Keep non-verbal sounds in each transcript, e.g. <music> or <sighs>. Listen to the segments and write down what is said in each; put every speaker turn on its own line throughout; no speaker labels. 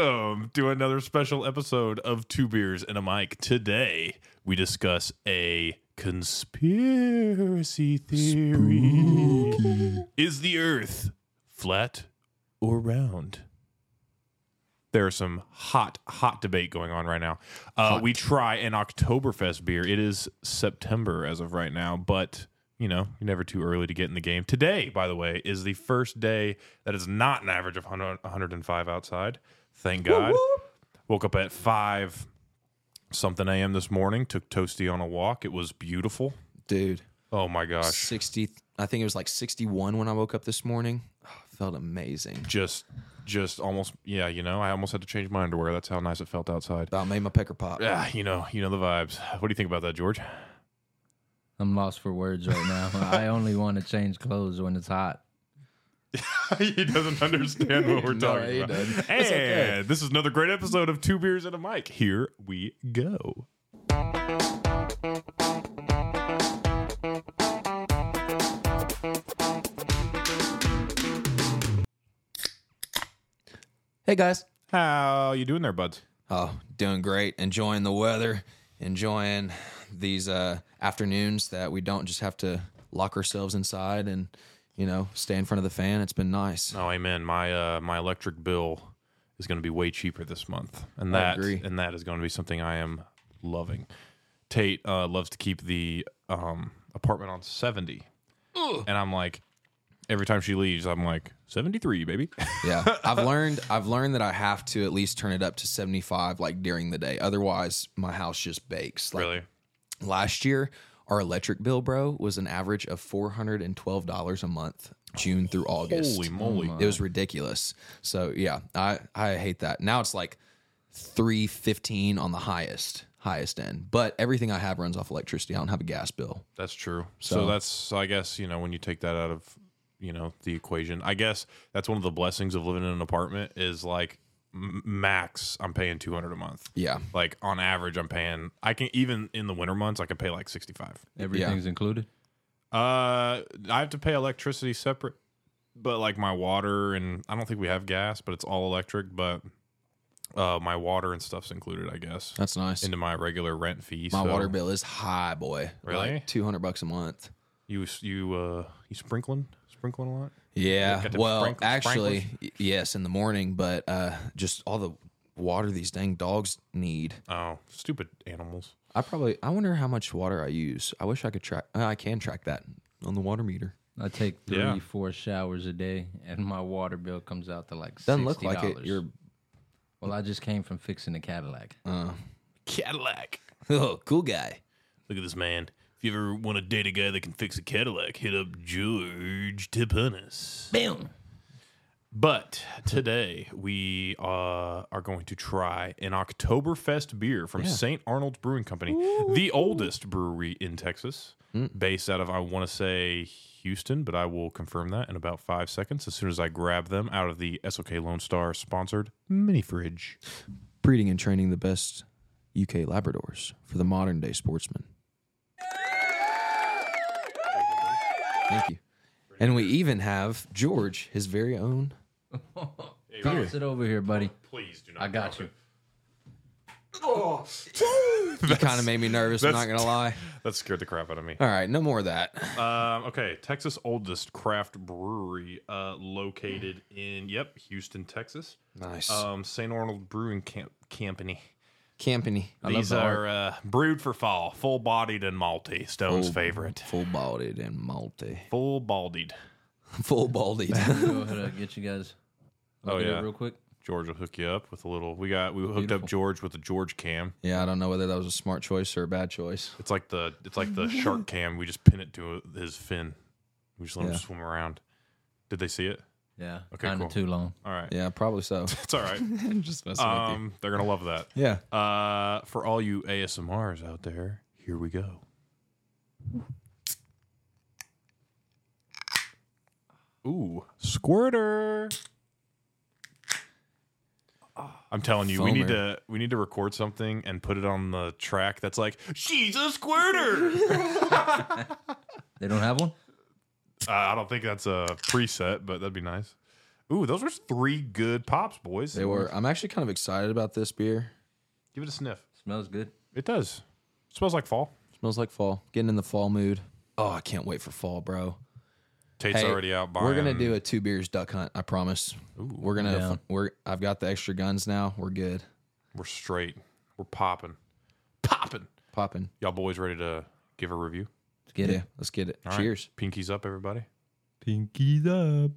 Welcome to another special episode of Two Beers and a Mic. Today we discuss a conspiracy theory. Is the earth flat or round? There's some hot, hot debate going on right now. Uh, we try an Oktoberfest beer. It is September as of right now, but you know, you're never too early to get in the game. Today, by the way, is the first day that is not an average of 100, 105 outside. Thank God. Woke up at 5 something a.m. this morning, took Toasty on a walk. It was beautiful.
dude.
Oh my gosh.
60, I think it was like 61 when I woke up this morning. Oh, felt amazing.
Just, just almost, yeah, you know, I almost had to change my underwear. That's how nice it felt outside.
About made my pecker pop.
Yeah, Ah, you know, you know the vibes. What do you think about that, George?
I'm lost for words right
<laughs>
now. I only want to change clothes when it's hot.
<laughs> he doesn't understand what we're
<laughs> No,
talking
he
about.
doesn't.
And this is another great episode of Two Beers and a Mic. Here we go.
Hey guys.
How you doing there, buds?
Oh, doing great. Enjoying the weather. Enjoying these uh, afternoons that we don't just have to lock ourselves inside and you know stay in front of the fan. It's been nice.
Oh, amen. My uh, my electric bill is going to be way cheaper this month, and
I
that
agree.
and that is going to be something I am loving. Tate uh, loves to keep the um, apartment on seventy, and I'm like, every time she leaves, I'm like seventy three, baby.
<laughs> Yeah, I've learned. I've learned that I have to at least turn it up to 75 like during the day. Otherwise, my house just bakes. Like,
really?
last year our electric bill bro was an average of $412 a month june through august
Holy moly! Oh,
it was ridiculous so yeah i i hate that now it's like 315 on the highest highest end but everything i have runs off electricity i don't have a gas bill
That's true. So, that's so I guess you know when you take that out of you know the equation, I guess that's one of the blessings of living in an apartment is like m- max I'm paying two hundred a month.
yeah
Like on average, I'm paying I can even in the winter months I can pay like sixty five.
Everything's included.
Uh, I have to pay electricity separate, but like my water and I don't think we have gas, but it's all electric. But uh, my water and stuff's included, I guess,
that's nice
into my regular rent fee.
my
so
water bill is high boy
Really?
like 200 bucks a month
You you uh you sprinkling sprinkling a lot.
Yeah.
Got the
Well,
sprinkle-
actually, y- yes, in the morning, but uh, just all the water these dang dogs need.
Oh, stupid animals.
I probably, I wonder how much water I use. I wish I could track, uh, I can track that on the water meter.
I take three,
Yeah.
four showers a day, and my water bill comes out to like
Doesn't
$60.
look like it. You're, Uh.
well, I just came from fixing a Cadillac.
Cadillac.
<laughs> oh, cool guy.
Look at this man. If you ever want to date a guy that can fix a Cadillac, hit up George Tipanis.
Boom.
But today we uh, are going to try an Oktoberfest beer from St. Arnold's Brewing Company, the oldest brewery in Texas,
Mm.
based out of, I want to say, Houston, but I will confirm that in about five seconds as soon as I grab them out of the SOK Lone Star sponsored mini fridge.
Breeding and training the best UK Labradors for the modern day sportsman. Thank you. And we even have George, his
<laughs>
very own.
Toss it over here, buddy.
Please do not.
I got you.
He kind of made me nervous. I'm not
that's-
going to lie.
That scared the crap out of me.
All right, no more of that.
Um, okay, Texas oldest craft brewery, uh, located in yep Houston, Texas.
Nice.
Um, St. Arnold Brewing Camp- Company.
Company.
love
These
the
are uh, brewed for fall, full bodied and malty. Stone's
Full-
favorite,
Full balded and malty. <laughs>
full baldied. <laughs>
Full balded.
Go ahead and get you guys.
Oh,
Look at it
yeah.
real quick.
George will hook you up with a little. We got we hooked up
Beautiful.
George with the George cam.
yeah, I don't know whether that was a smart choice or a bad choice.
It's like the it's like the shark cam. We just pin it to his fin. We just let
Yeah.
him swim around. Did they see it?
Yeah.
Okay,
Kind of
cool.
too long.
All right,
Yeah, probably
<laughs>
so.
it's all right.
Just messing
um, they're gonna love that.
you. Yeah.
Uh, for all you ASMRs out there, here we go. Ooh, squirter! I'm telling you, we need
Foamer.
to we need to record something and put it on the track that's like she's a squirter.
<laughs>
They don't have one?
uh, I don't think that's a preset, but that'd be nice. Ooh, those were three good pops, boys.
They were. I'm actually kind of excited about this beer.
Give it a sniff.
Smells good.
It does. smells like fall.
Smells like fall. Getting in the fall mood. Oh, I can't wait for fall, bro.
Tate's
Hey,
already out buying.
We're gonna do a two beers duck hunt. I promise. we're gonna.
Yeah.
We're. I've got the extra guns now. We're good.
We're straight. We're popping. Popping.
Popping.
Y'all boys ready to give a review?
Let's get
yeah.
it.
Let's get it.
All right.
Cheers.
Pinkies up, everybody.
Pinkies up.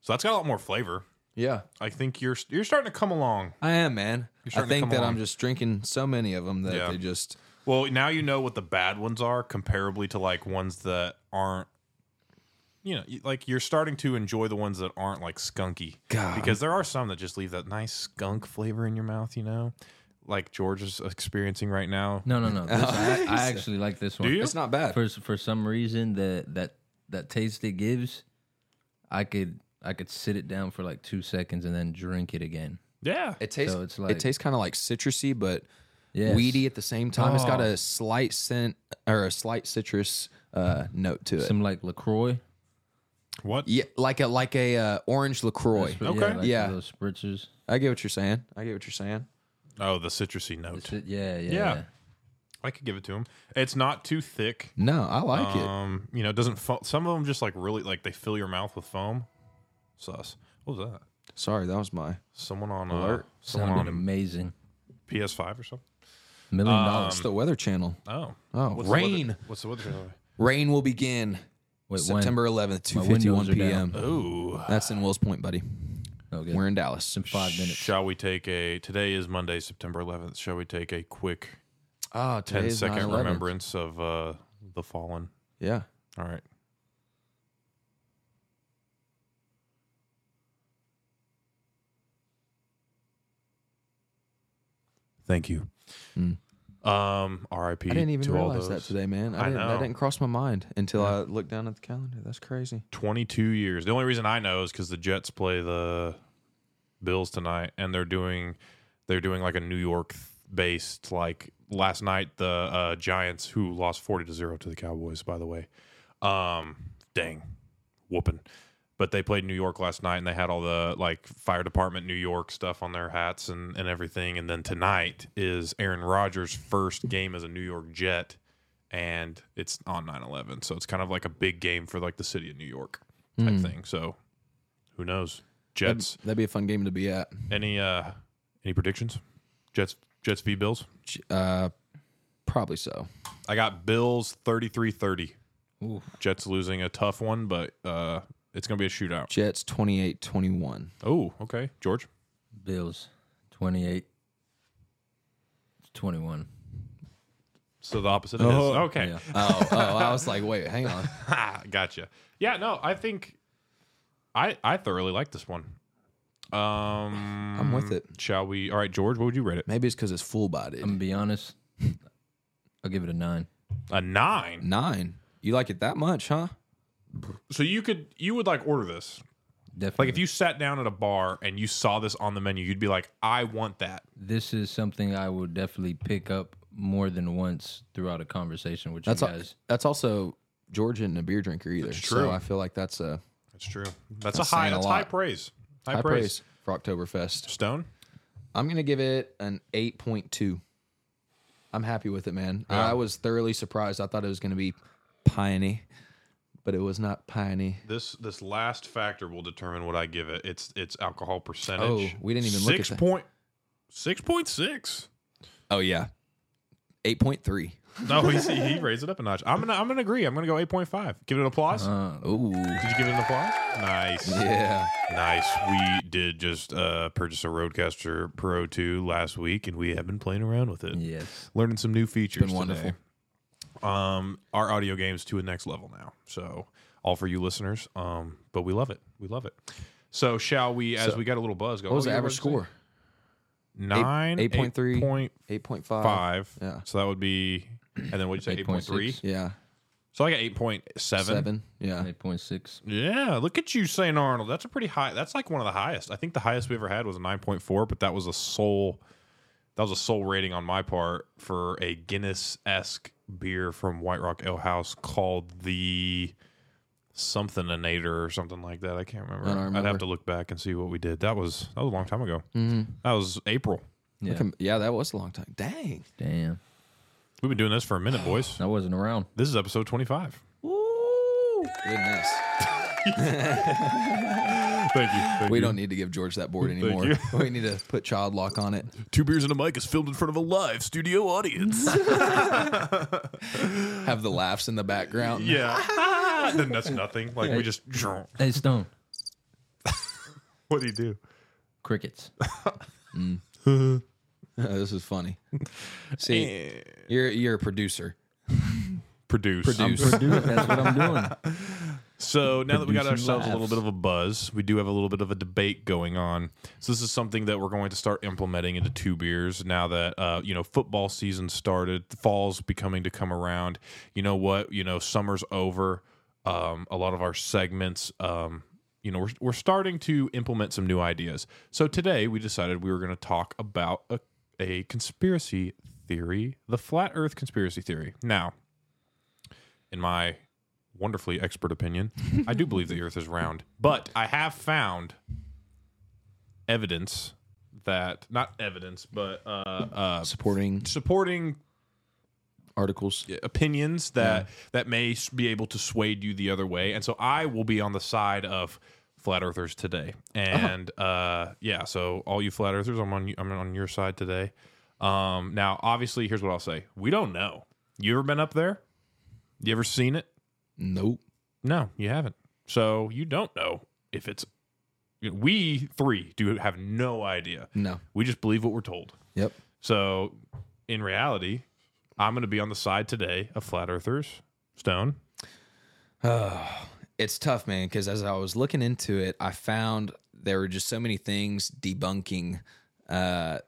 So that's got a lot more flavor.
Yeah.
I think you're you're starting to come along.
I am, man. I
starting to
think
come
that
along.
I'm just drinking so many of them that
Yeah.
they just.
Well, now you know what the bad ones are, comparably to like ones that aren't. You know, you- like you're starting to enjoy the ones that aren't like skunky,
God.
because there are some that just leave that nice skunk flavor in your mouth. You know, like George is experiencing right now.
No,
<laughs>
no, no. This, I, I actually like this one.
you?
It's not bad.
For for some reason that that that taste it gives, I could I could sit it down for like two seconds and then drink it again.
Yeah,
It tastes.
So it's like-
it tastes kind of like citrusy, but
Yes.
weedy at the same time. It's got
Oh.
a slight scent or a slight citrus uh, note to it.
Some like Lacroix.
what?
yeah, like a like a uh, orange Lacroix.
but
Okay.
Yeah. Like
Yeah.
Those spritzers.
I get what you're saying. I get what you're saying.
Oh, the citrusy note.
Sit- Yeah, yeah.
Yeah.
yeah.
I could give it to him. It's not too thick.
No, I like it.
Um, you know, it doesn't fo- some of them just like really like they fill your mouth with foam. Sus. What was that?
Sorry, that was my.
Someone on uh,
Alert.
Someone
Sounded
on
amazing.
PS5 or something.
Million
It's
um,
dollars.
the Weather Channel.
Oh,
Oh,
What's the weather-
rain.
what's the weather?
Rain will begin
Wait, when?
September 11th,
windows
2:51
are
p.m.
Ooh.
That's in Wills Point, buddy.
No, Oh, good.
We're in Dallas.
in five minutes.
Shall we take a? Today is Monday, September 11th. Shall we take a quick
Oh,
10
today's
Ah, second
9/11.
remembrance of uh the fallen?
Yeah.
All right. Thank you.
Mm.
Um, R.I.P.
I didn't even
to all
realize
those.
that today, man. I,
I
didn't.
know.
That didn't cross my mind until I looked down at the calendar. That's crazy.
22 years. The only reason I know is because the Jets play the Bills tonight, and they're doing they're doing like a New York based like last night the uh, Giants who lost 40 to zero to the Cowboys. By the way, um, dang, whooping. But they played New York last night, and they had all the like fire department New York stuff on their hats and and everything. And then tonight is Aaron Rodgers' first game as a New York Jet. And it's on 9 11. So it's kind of like a big game for like the city of New York type thing. So who knows?
That'd,
Jets.
that'd be a fun game to be at.
Any uh any predictions? Jets Jets v Bills.
J- Uh, probably so.
I got Bills 33-30.
Oof.
Jets losing a tough one, but uh it's going to be a shootout. <laughs>
Jets 28-21.
Oh, okay. George.
Bills, 28, 21.
So the opposite of
Oh,
his. Okay.
yeah.
Oh, oh, I was like, wait, hang on.
<laughs> Ha, gotcha. Yeah, no, I think I I thoroughly like this one. Um
I'm with it.
Shall we? All right, George, what would you rate it?
Maybe it's because it's full bodied.
I'm going to be honest. I'll give it a nine.
A 9.
Nine. You like it that much, huh?
So you could you would like order this.
Definitely.
Like if you sat down at a bar and you saw this on the menu, you'd be like, "I want that."
this is something I will definitely pick up more than once throughout a conversation with
That's
you
al-
guys.
that's also George isn't a beer drinker either.
true.
So I feel like that's a
That's true. That's,
That's
a high.
saying a
That's high
lot.
praise. High,
high
praise.
praise for Oktoberfest.
Stone.
I'm gonna give it an eight point two. I'm happy with it, man. I was thoroughly surprised. I thought it was gonna be piney, but it was not piney.
This this last factor will determine what I give it. It's it's alcohol
Oh,
percentage.
we didn't even look at
six
that.
point six point six.
Oh yeah, eight point three.
No, he, he raised it up a notch. I'm gonna I'm gonna agree. I'm gonna go eight point five. Give it an applause.
Ooh,
did you give it an applause? Nice.
Uh. yeah.
Nice. We did just uh, purchase a Roadcaster Pro 2 last week, and we have been playing around with it.
Yes.
learning some new features.
been wonderful.
today. Um, our audio game's to a next level now. So all for you listeners. Um, but we love it. We love it. So shall we? As we got a little buzz, go.
What was
oh,
the
yeah,
average
what'd you
score?
say? Nine,
8.3.
8.5.
Eight point five. Yeah.
So that would be, and then what'd you say? Eight point three.
8.6.
Yeah.
So I got eight point seven.
Seven. Yeah.
8.6.
Yeah, look at you, St. Arnold. That's a pretty high. That's like one of the highest. I think the highest we ever had was a 9.4, but that was a sole that was a sole rating on my part for a Guinness-esque beer from White Rock Ale House called the something a nader or something like that. I can't remember. I'd
I don't
have
remember. Mm-hmm.
to look back and see what we did. That was that was a long time ago. That was April.
Yeah.
Come- Yeah, that was a long time. Dang.
Damn.
We've been doing this for a minute, boys.
I wasn't around.
This is episode twenty five.
Goodness.
Thank you. Thank
We
you.
don't need to give George that board
<laughs>
anymore. We need to put child lock on it.
Two beers and a mic is filmed in front of a live studio
<laughs>
audience.
Have the laughs in the background.
yeah. then that's nothing. Like we just <laughs>
Hey, Stone.
what do you do?
Crickets.
<laughs> this is funny. See,
Eh.
you're you're a producer.
Produce.
Produce.
Dude, that's what I'm doing.
So now that we got
Producing
ourselves a little
laughs.
bit of a buzz, we do have a little bit of a debate going on. So this is something that we're going to start implementing into two beers now that uh, you know football season started, fall's becoming to come around. You know what? You know summer's over. Um, a lot of our segments, um, you know, we're we're starting to implement some new ideas. So today we decided we were going to talk about a a conspiracy theory, the flat Earth conspiracy theory. Now, in my wonderfully expert opinion, I do believe the Earth is round, but I have found evidence that not evidence, but uh, uh,
Supporting
supporting
articles.
opinions that that may s- be able to sway you the other way. And so I will be on the side of flat earthers today. And uh, yeah, so all you flat earthers, I'm on you- I'm on your side today. Um, now, obviously, here's what I'll say: we don't know. You ever been up there? You ever seen it?
Nope.
No, you haven't. So you don't know if it's. We three do have no idea.
No. <sighs>
We just believe what we're told.
Yep.
So in reality, I'm going to be on the side today of flat earthers. Stone.
it's tough, man, because as I was looking into it, I found there were just so many things debunking uh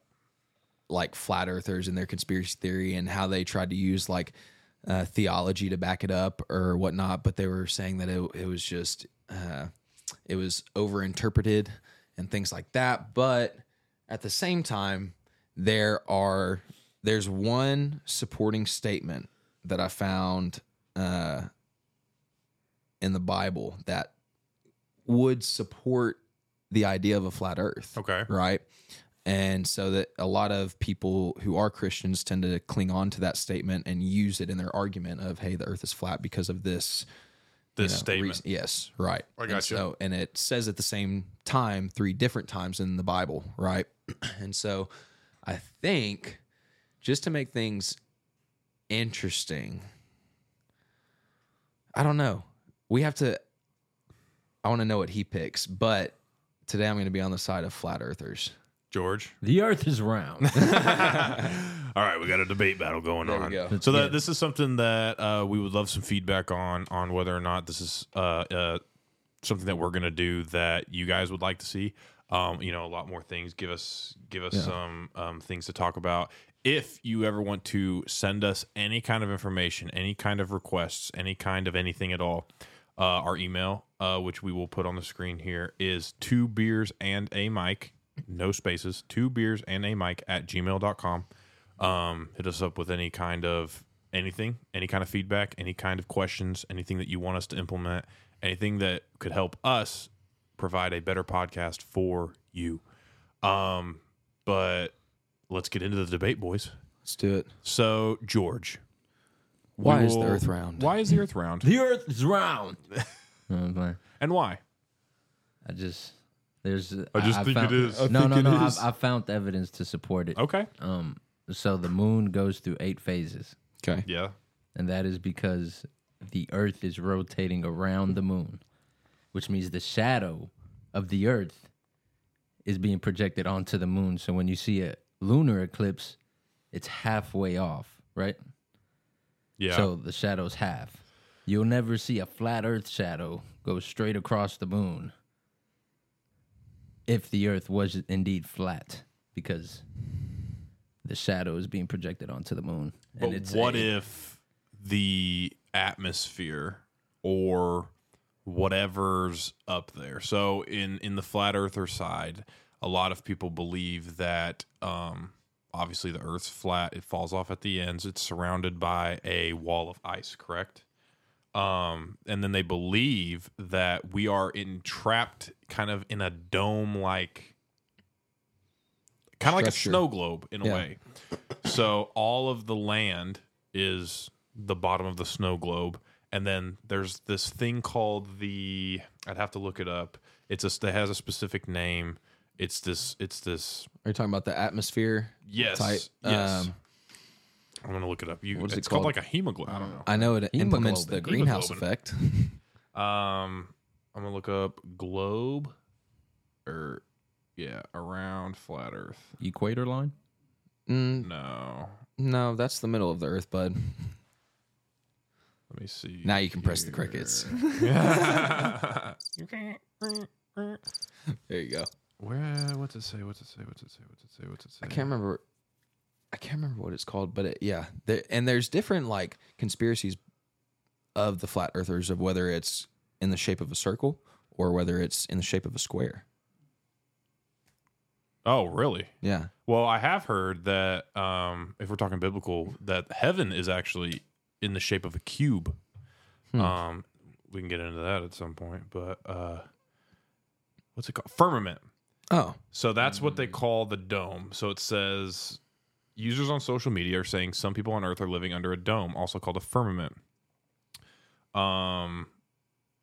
like flat earthers and their conspiracy theory and how they tried to use like uh, theology to back it up or whatnot, but they were saying that it, it was just uh, it was overinterpreted and things like that. But at the same time, there are there's one supporting statement that I found uh, in the Bible that would support the idea of a flat Earth
Okay.
right? And so that a lot of people who are Christians tend to cling on to that statement and use it in their argument of, "Hey, the Earth is flat because of this." you
This
know,
statement.
reason." Yes, right.
I
And
gotcha.
so- and it says at the same time three different times in the Bible, right? <clears throat> and so, I think just to make things interesting, I don't know. We have to. I want to know what he picks, but today I'm going to be on the side of flat earthers. <laughs>
George.
<laughs> The earth is <laughs> round.
All right, we got a debate battle going
we
on.
go.
So that this is something that uh, we would love some feedback on on whether or not this is uh, uh, something that we're gonna do that you guys would like to see. Um, you know, a lot more things. Give us give us some um, things to talk about. If you ever want to send us any kind of information, any kind of requests, any kind of anything at all, uh, our email, uh, which we will put on the screen here, is two beers and a mic, no spaces, two beers and a mic at gmail.com um, hit us up with any kind of anything, any kind of feedback, any kind of questions, anything that you want us to implement, anything that could help us provide a better podcast for you. Um, but let's get into the debate, boys.
Let's do it.
So, George, we
Why is the
will-
Earth round?
Why is the Earth round,
the earth is <laughs> round. No, I'm playing.
and why?
I just there's
I just think it
found-
is. I
no,
think
no,
it
no.
is.
I, I found evidence to support it.
Okay,
Um, so the moon goes through eight phases,
Okay.
yeah,
and that is because the Earth is rotating around the moon, which means the shadow of the Earth is being projected onto the moon. So when you see a lunar eclipse, it's halfway off, right?
yeah.
So the shadow's half. You'll never see a flat Earth shadow go straight across the moon if the Earth was indeed flat, because the shadow is being projected onto the moon.
But what
a-
if the atmosphere or whatever's up there? So in in the flat earther side, a lot of people believe that um, obviously the Earth's flat. It falls off at the ends. It's surrounded by a wall of ice, correct? Um, and then they believe that we are entrapped kind of in a dome like kind of like a
Structure.
snow globe in a
Yeah.
way. So all of the land is the bottom of the snow globe, and then there's this thing called the I'd have to look it up. It's a it has a specific name. It's this it's this
Are you talking about the atmosphere?
yes
Type,
yes.
um,
I'm gonna look it up. You
what is it
it's called?
called?
like a hemoglobin. I don't know.
I know it implements the
Hemoglobin.
greenhouse
Hemoglobin.
effect.
Um, I'm gonna look up globe, or yeah, around flat Earth.
Equator line?
Mm,
No,
no, that's the middle of the earth, bud.
let me see.
Now you can press the
<laughs>
crickets. <laughs> There you go.
Where? What's it say? What's it say? What's it say? What's it say? What's it say?
I can't remember. I can't remember what it's called, but it, yeah, there, and there's different like conspiracies of the flat earthers of whether it's in the shape of a circle or whether it's in the shape of a square.
Oh, really?
Yeah,
Well, I have heard that um, if we're talking biblical, that heaven is actually in the shape of a cube.
Hmm.
Um, we can get into that at some point, but uh, what's it called? Firmament.
Oh,
So that's what they call the dome. So it says users on social media are saying some people on Earth are living under a dome, also called a firmament. Um,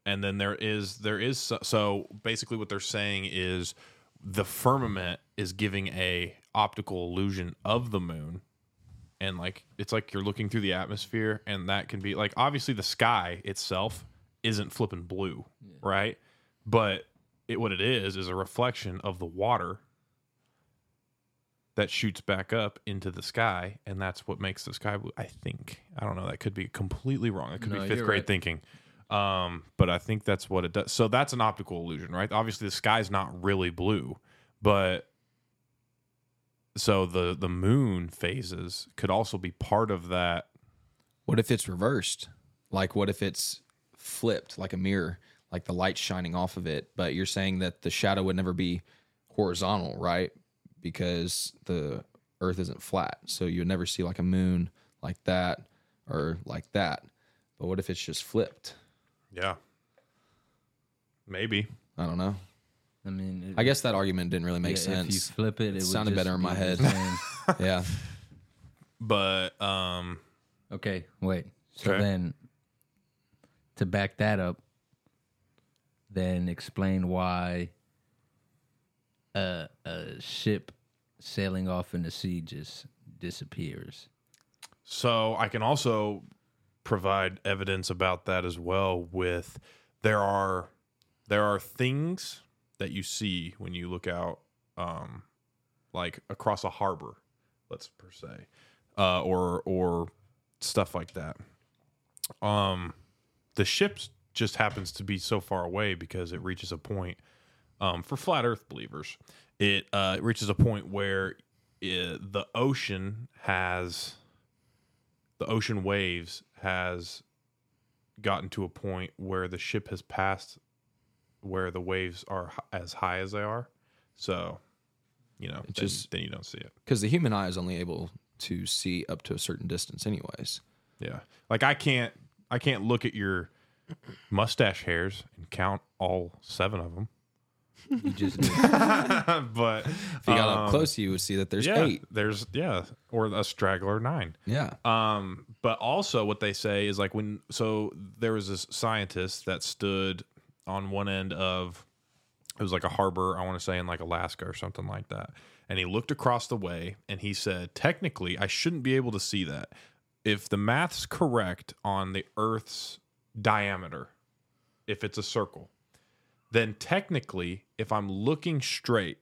and then there is there is so- so basically what they're saying is the firmament is giving a optical illusion of the moon and like it's like you're looking through the atmosphere and that can be like obviously the sky itself isn't flipping blue right but it what it is is a reflection of the water that shoots back up into the sky and that's what makes the sky blue i think i don't know that could be completely wrong that could
No,
be fifth
you're
grade
right.
thinking um but i think that's what it does so that's an optical illusion right obviously the sky's not really blue but so the the moon phases could also be part of that
what if it's reversed? Like, what if it's flipped like a mirror, like the light shining off of it? But you're saying that the shadow would never be horizontal, right? Because the Earth isn't flat, so you would never see like a moon like that or like that. But what if it's just flipped?
yeah maybe
I don't know.
I mean, it,
I guess that argument didn't really make
yeah, If
<laughs>
you
sense.
flip it, it, would
sounded
just
better in
be
my
the
head.
same. <laughs>
yeah.
but um
okay, wait. So
Okay.
then, to back that up, then explain why a, a ship sailing off in the sea just disappears.
So I can also provide evidence about that as well with there are there are things that you see when you look out um like across a harbor, let's per se. Uh or or stuff like that. Um the ships just happens to be so far away because it reaches a point um, for flat Earth believers, it uh, reaches a point where uh the ocean has the ocean waves has gotten to a point where the ship has passed where the waves are h- as high as they are. So, you know, then,
just-
then you don't see it.
Because the human eye is only able to see up to a certain distance, anyways.
Yeah. Like I can't I can't look at your mustache hairs and count all seven of them. <laughs>
You just do.
but
If you got up close, you would see that there's
Um, yeah,
eight.
there's yeah, or a straggler nine.
Yeah.
Um, but also what they say is like when so there was this scientist that stood on one end of it was like a harbor, I want to say in like Alaska or something like that. And he looked across the way and he said, Technically, I shouldn't be able to see that. If the math's correct on the Earth's diameter, if it's a circle, then technically, if I'm looking straight,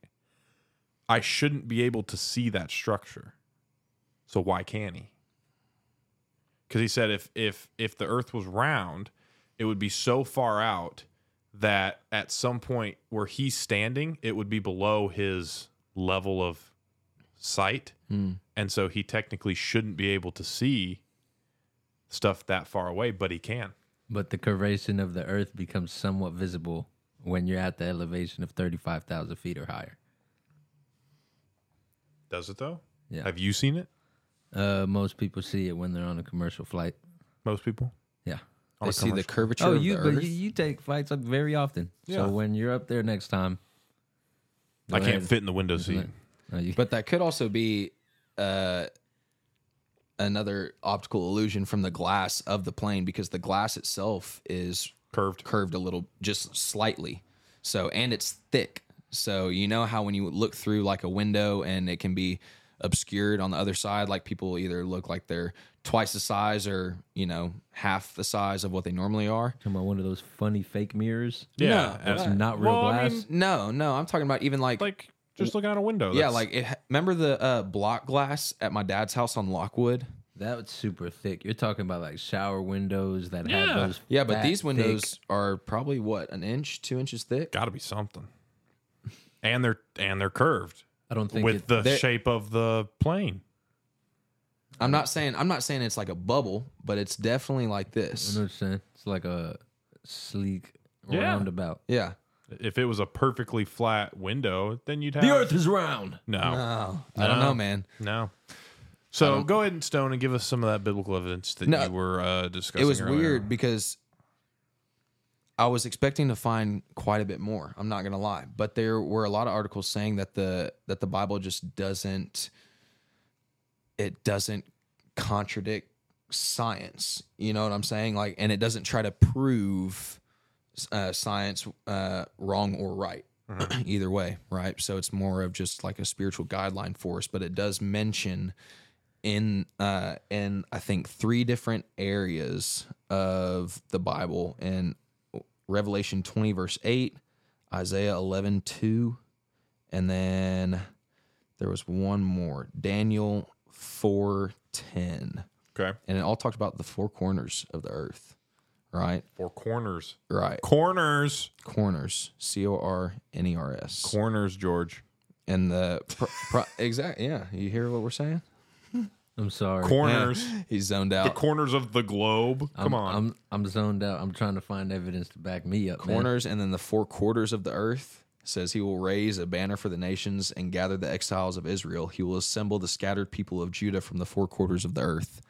I shouldn't be able to see that structure. So why can't he? because he said if if if the Earth was round, it would be so far out that at some point where he's standing, it would be below his level of sight,
Hmm.
and so he technically shouldn't be able to see stuff that far away, but he can.
But the corrosion of the earth becomes somewhat visible when you're at the elevation of 35,000 feet or higher.
Does it though?
Yeah.
Have you seen it?
Uh, most people see it when they're on a commercial flight.
Most people.
Yeah.
On
they
a
see the
commercial.
curvature
Oh,
of
you
the
but
earth.
you, you take flights up very often.
Yeah.
So when you're up there next time,
I
go
can't
ahead.
fit in the window seat.
No, you- <laughs>
But that could also be uh, another optical illusion from the glass of the plane because the glass itself is
Curved.
curved a little, just slightly. So, and it's thick. So, you know how when you look through like a window and it can be obscured on the other side, like people either look like they're twice the size or, you know, half the size of what they normally are.
talking about one of those funny fake mirrors.
Yeah.
It's
absolutely.
not real
Well, I
glass.
mean,
No, no, I'm talking about even like,
like just looking out a window.
yeah,
that's-
like it, remember the uh, block glass at my dad's house on Lockwood?
that was super thick. You're talking about like shower windows that
Yeah.
have those.
Yeah, but
fat,
these
thick-
windows are probably what an inch, two inches thick.
gotta be something. And they're and they're curved
I don't think
with
it,
the
they're-
shape of the plane.
I'm not saying I'm not saying it's like a bubble, but it's definitely like
I
this.
know what you're saying. It's like a sleek
Yeah.
roundabout.
Yeah.
If it was a perfectly flat window, then you'd have
The Earth is round.
No,
Oh, I don't know, man.
no. So go ahead and Stone and give us some of that biblical evidence that
No,
you were uh, discussing.
It was
earlier.
weird because I was expecting to find quite a bit more. I'm not gonna lie, but there were a lot of articles saying that the that the Bible just doesn't it doesn't contradict science. You know what I'm saying? Like, and it doesn't try to prove uh, science uh, wrong or right.
Mm-hmm.
<clears throat> Either way, right? So it's more of just like a spiritual guideline for us, but it does mention in uh in I think three different areas of the Bible in Revelation 20 verse 8, Isaiah 11 2, and then there was one more, Daniel 4 10.
Okay,
And it all talked about the four corners of the earth, right?
four corners,
Right.
corners,
Corners, C O R N E R S.
corners, George,
And the pro, pro, exact yeah, you hear what we're saying?
I'm sorry.
corners,
He's zoned
the
out.
corners of the globe. Come
I'm,
on,
I'm I'm zoned out. I'm trying to find evidence to back me up. man.
corners and then the four quarters of the earth says he will raise a banner for the nations and gather the exiles of Israel. He will assemble the scattered people of Judah from the four quarters of the earth.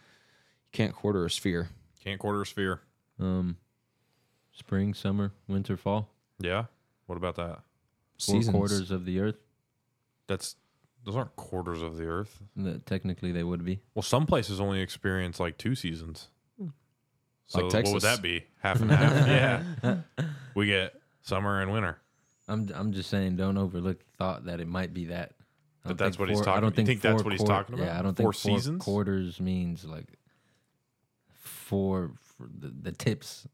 You can't quarter a sphere.
can't quarter a sphere.
Um, spring, summer, winter, fall.
Yeah, what about that?
Four
Seasons.
quarters of the earth.
That's those aren't quarters of the earth.
That technically they would be.
Well, some places only experience like two seasons. So
Like
what
Texas?
would that be? Half and
<laughs>
half. yeah. We get summer and winter.
I'm I'm just saying, don't overlook the thought that it might be that.
That
I don't
that's
think
what he's
four-
talking-
I don't
you
think,
think that's
four
what he's
quar-
talking about?
Yeah, I don't
Four
think four
seasons?
quarters means like four for the, the tips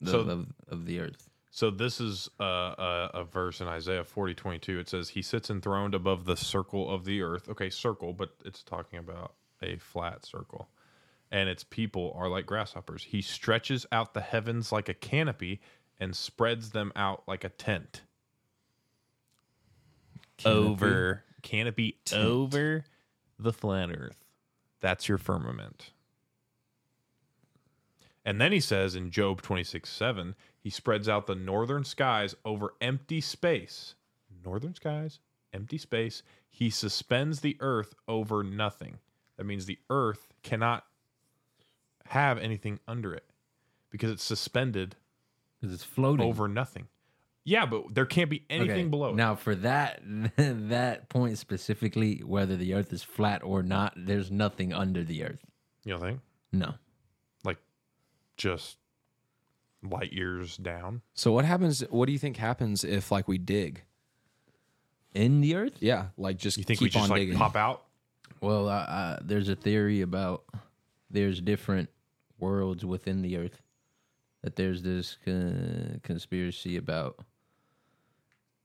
of,
So-
of of the earth.
So this is uh, a, a verse in Isaiah forty twenty two. It says, He sits enthroned above the circle of the earth. Okay, circle, but it's talking about a flat circle. And its people are like grasshoppers. He stretches out the heavens like a canopy and spreads them out like a tent. Over canopy over the flat earth. That's your firmament. And then he says in Job 26 7, he spreads out the northern skies over empty space. Northern skies, empty space. He suspends the earth over nothing. That means the earth cannot have anything under it because it's suspended
Because it's floating
over nothing. Yeah, but there can't be
Okay,
anything below it.
Now, for that <laughs> that point specifically, whether the earth is flat or not, there's nothing under the earth.
You know what I think?
No.
Like just light years down.
So what happens what do you think happens if like we dig?
In the earth?
Yeah, like just
You think
keep
we just
on
like
digging.
pop out?
Well, I, I, there's a theory about there's different worlds within the earth. That there's this con- conspiracy about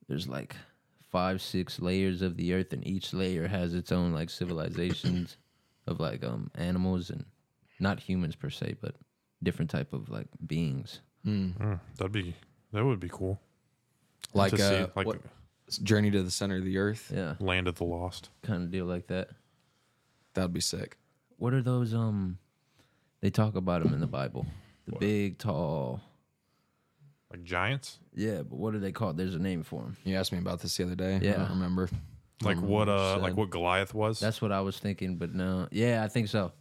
there's like five, six layers of the earth, and each layer has its own like civilizations of like um animals and not humans per se, but different type of like beings.
Mm, that'd be that would be cool.
like
to see,
uh,
like
what- journey to the center of the earth.
Yeah,
Land of the Lost.
kind of deal like that.
That would be sick.
What are those? Um, they talk about them in the Bible. The big, tall.
Like giants?
Yeah, but what are they called? There's a name for them.
You asked me about this the other day. I
Yeah.
don't remember.
like what uh like
said.
what Goliath was.
That's what I was thinking, but no. Yeah, I think so.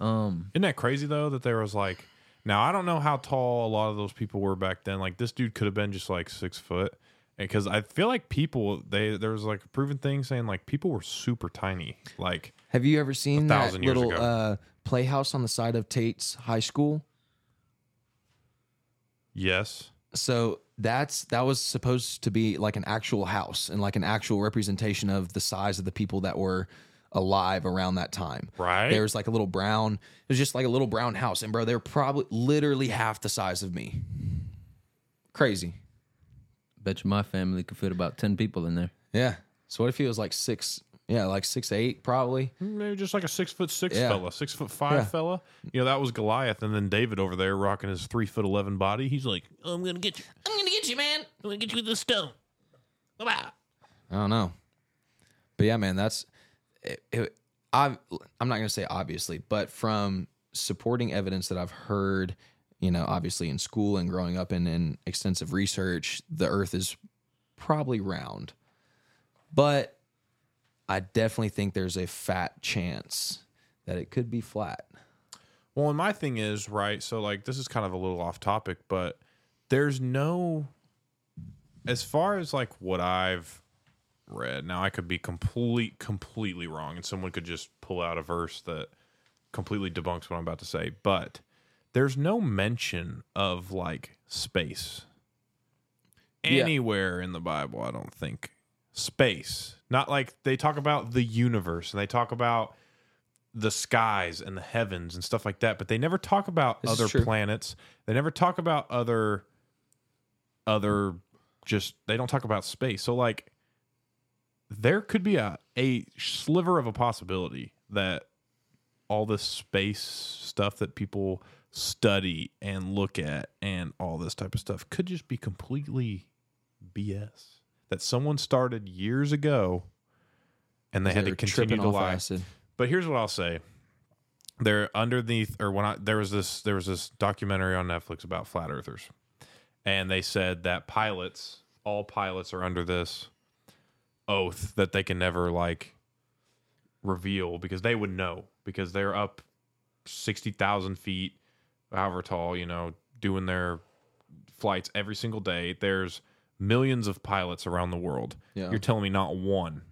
Um,
Isn't that crazy though that there was like now I don't know how tall a lot of those people were back then. Like this dude could have been just like six foot, and because I feel like people they there was like a proven thing saying like people were super tiny. Like
Have you ever seen that
thousand years
little
ago.
uh, playhouse on the side of Tate's High School?
yes,
So that's that was supposed to be like an actual house and like an actual representation of the size of the people that were alive around that time.
right.
There was like a little brown. It was just like a little brown house, and bro, they're probably literally half the size of me. Crazy.
bet you my family could fit about ten people in there.
Yeah. So what if he was like six? Yeah, like six eight probably.
Maybe just like a six foot six
Yeah.
fella, six foot five
Yeah.
fella. You know that was Goliath, and then David over there rocking his three foot eleven body. He's like, oh, I'm gonna get you.
I'm gonna get you, man.
I'm gonna get you with this stone. Bye-bye.
I don't know. But yeah, man, that's it, it, I I'm not going to say obviously, but from supporting evidence that I've heard, you know, obviously in school and growing up in, in extensive research, the earth is probably round. But I definitely think there's a fat chance that it could be flat.
Well, and my thing is, right, so like this is kind of a little off topic, but there's no as far as like what I've read, now I could be complete completely wrong and someone could just pull out a verse that completely debunks what I'm about to say, but there's no mention of like space
Yeah.
anywhere in the Bible, I don't think. Space. Not like they talk about the universe and they talk about the skies and the heavens and stuff like that, but they never talk about
This is
other
true.
planets. They never talk about other other just they don't talk about space. So like there could be a a sliver of a possibility that all this space stuff that people study and look at and all this type of stuff could just be completely BS that someone started years ago and they had to
They're
continue
tripping
to
off
lie.
acid.
But here's what I'll say. They're underneath or when I there was this there was this documentary on Netflix about flat earthers. And they said that pilots, all pilots are under this oath that they can never like reveal because they would know because they're up 60,000 feet, however tall, you know, doing their flights every single day. There's millions of pilots around the world.
Yeah.
You're telling me not one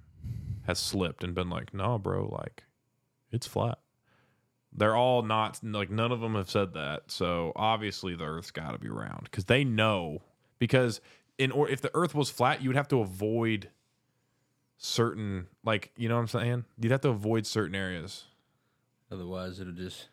has slipped and been like, nah, bro, like it's flat. They're all not like none of them have said that. So obviously the Earth's got to be round because they know because in or if the Earth was flat, you would have to avoid certain like you know what I'm saying. You'd have to avoid certain areas.
Otherwise, it'll just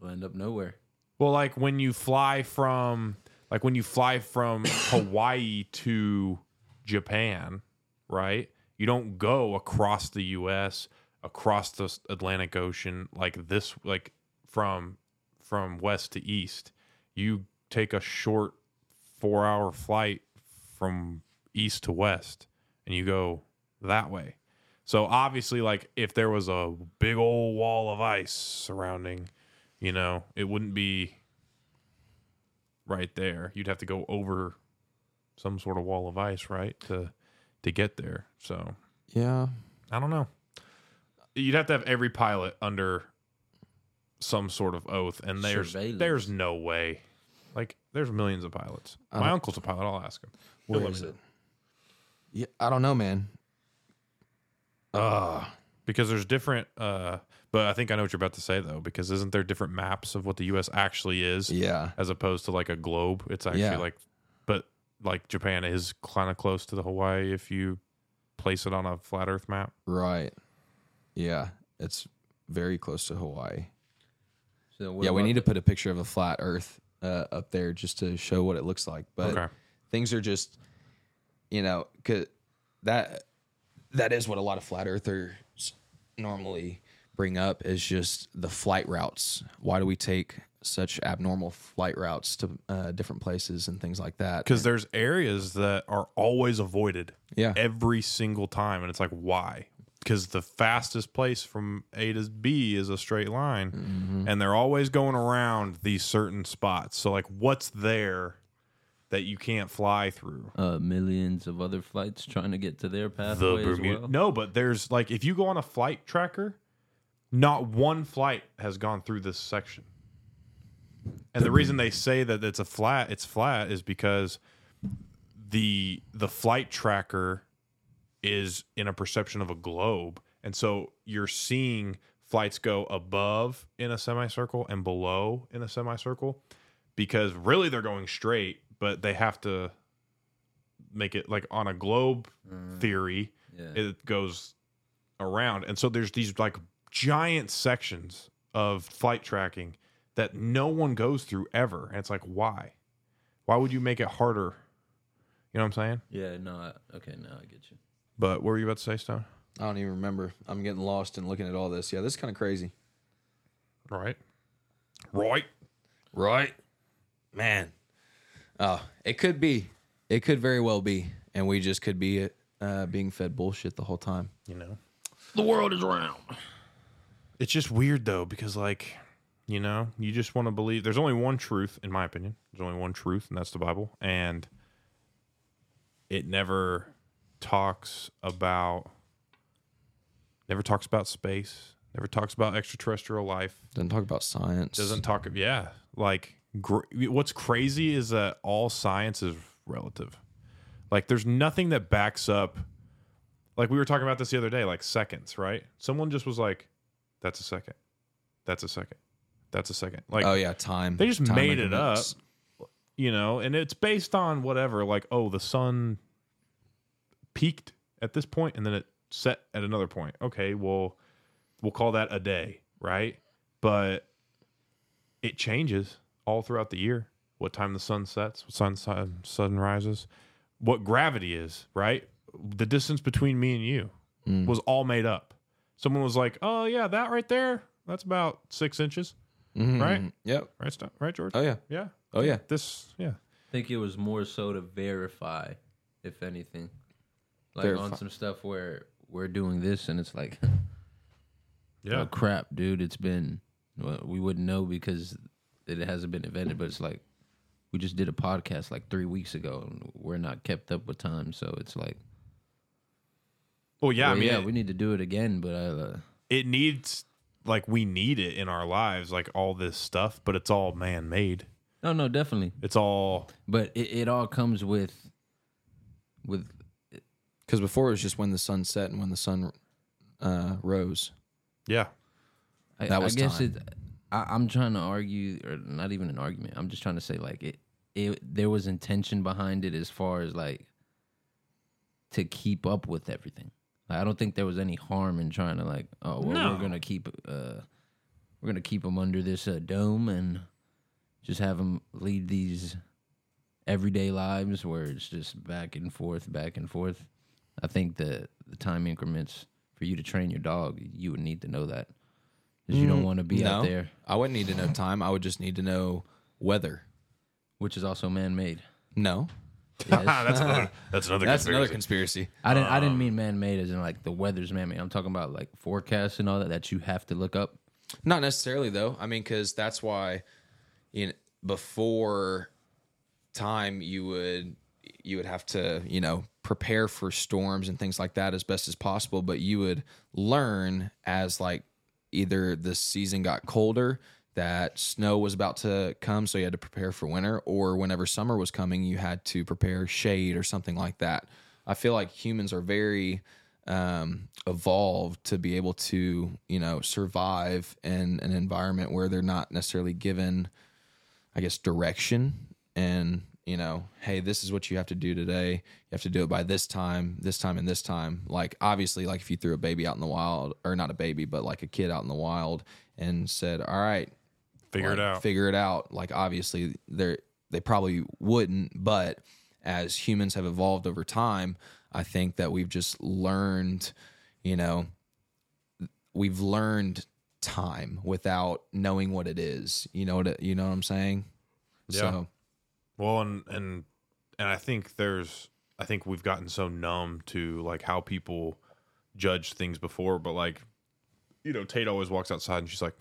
you'll end up nowhere.
Well, like when you fly from like when you fly from <coughs> Hawaii to Japan, right? You don't go across the US, across the s- Atlantic Ocean like this like from from west to east. You take a short 4-hour flight from east to west and you go that way. So obviously like if there was a big old wall of ice surrounding you know, it wouldn't be right there. You'd have to go over some sort of wall of ice, right, to to get there. So
Yeah.
I don't know. You'd have to have every pilot under some sort of oath, and there's
Surveillance.
there's no way. Like there's millions of pilots. My uncle's a pilot. I'll ask him. He'll let me know.
Yeah, I don't know, man. Uh,
Because there's different. uh But I think I know what you're about to say though. Because isn't there different maps of what the U.S. actually is?
yeah.
as opposed to like a globe. It's actually
Yeah.
like, but like Japan is kind of close to the Hawaii if you place it on a flat Earth map.
Right. Yeah, it's very close to Hawaii.
So then what
yeah, we
about
need to
the-
put a picture of a flat Earth uh, up there just to show what it looks like. But
Okay.
things are just, you know, 'cause that that is what a lot of flat Earthers normally bring up is just the flight routes. Why do we take such abnormal flight routes to uh, different places and things like that?
Because there's areas that are always avoided
yeah,
every single time, and it's like why? Because the fastest place from A to B is a straight line,
Mm-hmm.
and they're always going around these certain spots. So like, what's there that you can't fly through.
Uh, millions of other flights trying to get to their pathway as
Bermuda-
well.
No, but there's like if you go on a flight tracker, not one flight has gone through this section. And the reason they say that it's a flat, it's flat, is because the the flight tracker is in a perception of a globe, and so you're seeing flights go above in a semicircle and below in a semicircle because really they're going straight, but they have to make it like on a globe
Mm.
theory
Uh, Yeah.
it goes around and so there's these like giant sections of flight tracking that no one goes through ever and it's like why why would you make it harder you know what i'm saying
yeah, no, I, okay, now I get you.
but what were you about to say stone
I don't even remember. I'm getting lost in looking at all this. Yeah, this is kind of crazy.
right right
Right? Man. Oh, it could be. It could very well be. And we just could be uh, being fed bullshit the whole time.
you know
The world is round.
it's just weird though because like you know you just want to believe there's only one truth in my opinion there's only one truth and that's the bible and it never talks about never talks about space never talks about extraterrestrial life
Doesn't talk about science.
doesn't talk of yeah like gr- what's crazy is that all science is relative like there's nothing that backs up like we were talking about this the other day like seconds right someone just was like that's a second that's a second that's a second like
oh, yeah, time.
they just
Time
made it up
measurements.
you know and it's based on whatever like oh the sun peaked at this point and then it set at another point okay well we'll call that a day right but it changes all throughout the year what time the sun sets what sun, sun, sun rises what gravity is right the distance between me and you was all made up someone was like oh yeah that right there that's about six inches
Mhm.
right?
Yep.
right Sto- right george
Oh, yeah.
yeah
Oh, yeah.
this yeah
I think it was more so to verify, if anything, like
Verify.
on some stuff where we're doing this and it's like, <laughs>
yeah
oh crap, dude, it's been well, we wouldn't know because it hasn't been invented, but it's like we just did a podcast like three weeks ago and we're not kept up with time, so it's like,
well yeah
yeah,
i mean
yeah,
it,
we need to do it again, but I, uh,
it needs like we need it in our lives like all this stuff but it's all man-made
no, no, definitely,
it's all
but it, it all comes with with
Because before it was just when the sun set and when the sun uh, rose.
yeah
I,
That was
I guess
time.
it. I, I'm trying to argue, or not even an argument. I'm just trying to say like it. It there was intention behind it as far as like to keep up with everything. Like, I don't think there was any harm in trying to like, oh well,
No.
we're gonna keep uh, we're gonna keep them under this uh, dome and just have them lead these everyday lives where it's just back and forth, back and forth. I think the the time increments for you to train your dog, you would need to know that. 'Cause you don't want to be out
No.
there,
I wouldn't need to know time. I would just need to know weather.
which is also man made.
No.
Ah, that's another <laughs> that's another
That's another
conspiracy.
conspiracy.
I didn't I didn't mean man made as in like the weather's man made. I'm talking about like forecasts and all that that you have to look up.
Not necessarily though. I mean, because that's why, you know, before time, you would you would have to you know prepare for storms and things like that as best as possible. But you would learn as like either the season got colder that snow was about to come so you had to prepare for winter or whenever summer was coming you had to prepare shade or something like that i feel like humans are very um, evolved to be able to you know survive in an environment where they're not necessarily given i guess direction and you know hey this is what you have to do today you have to do it by this time this time and this time like obviously like if you threw a baby out in the wild or not a baby but like a kid out in the wild and said all right
figure it
like,
out
Figure it out. Like obviously they they probably wouldn't, but as humans have evolved over time, I think that we've just learned, you know, we've learned time without knowing what it is. You know what you know what I'm saying?
Yeah.
So
well and and and i think there's i think we've gotten so numb to like how people judge things before but like you know tate always walks outside and she's like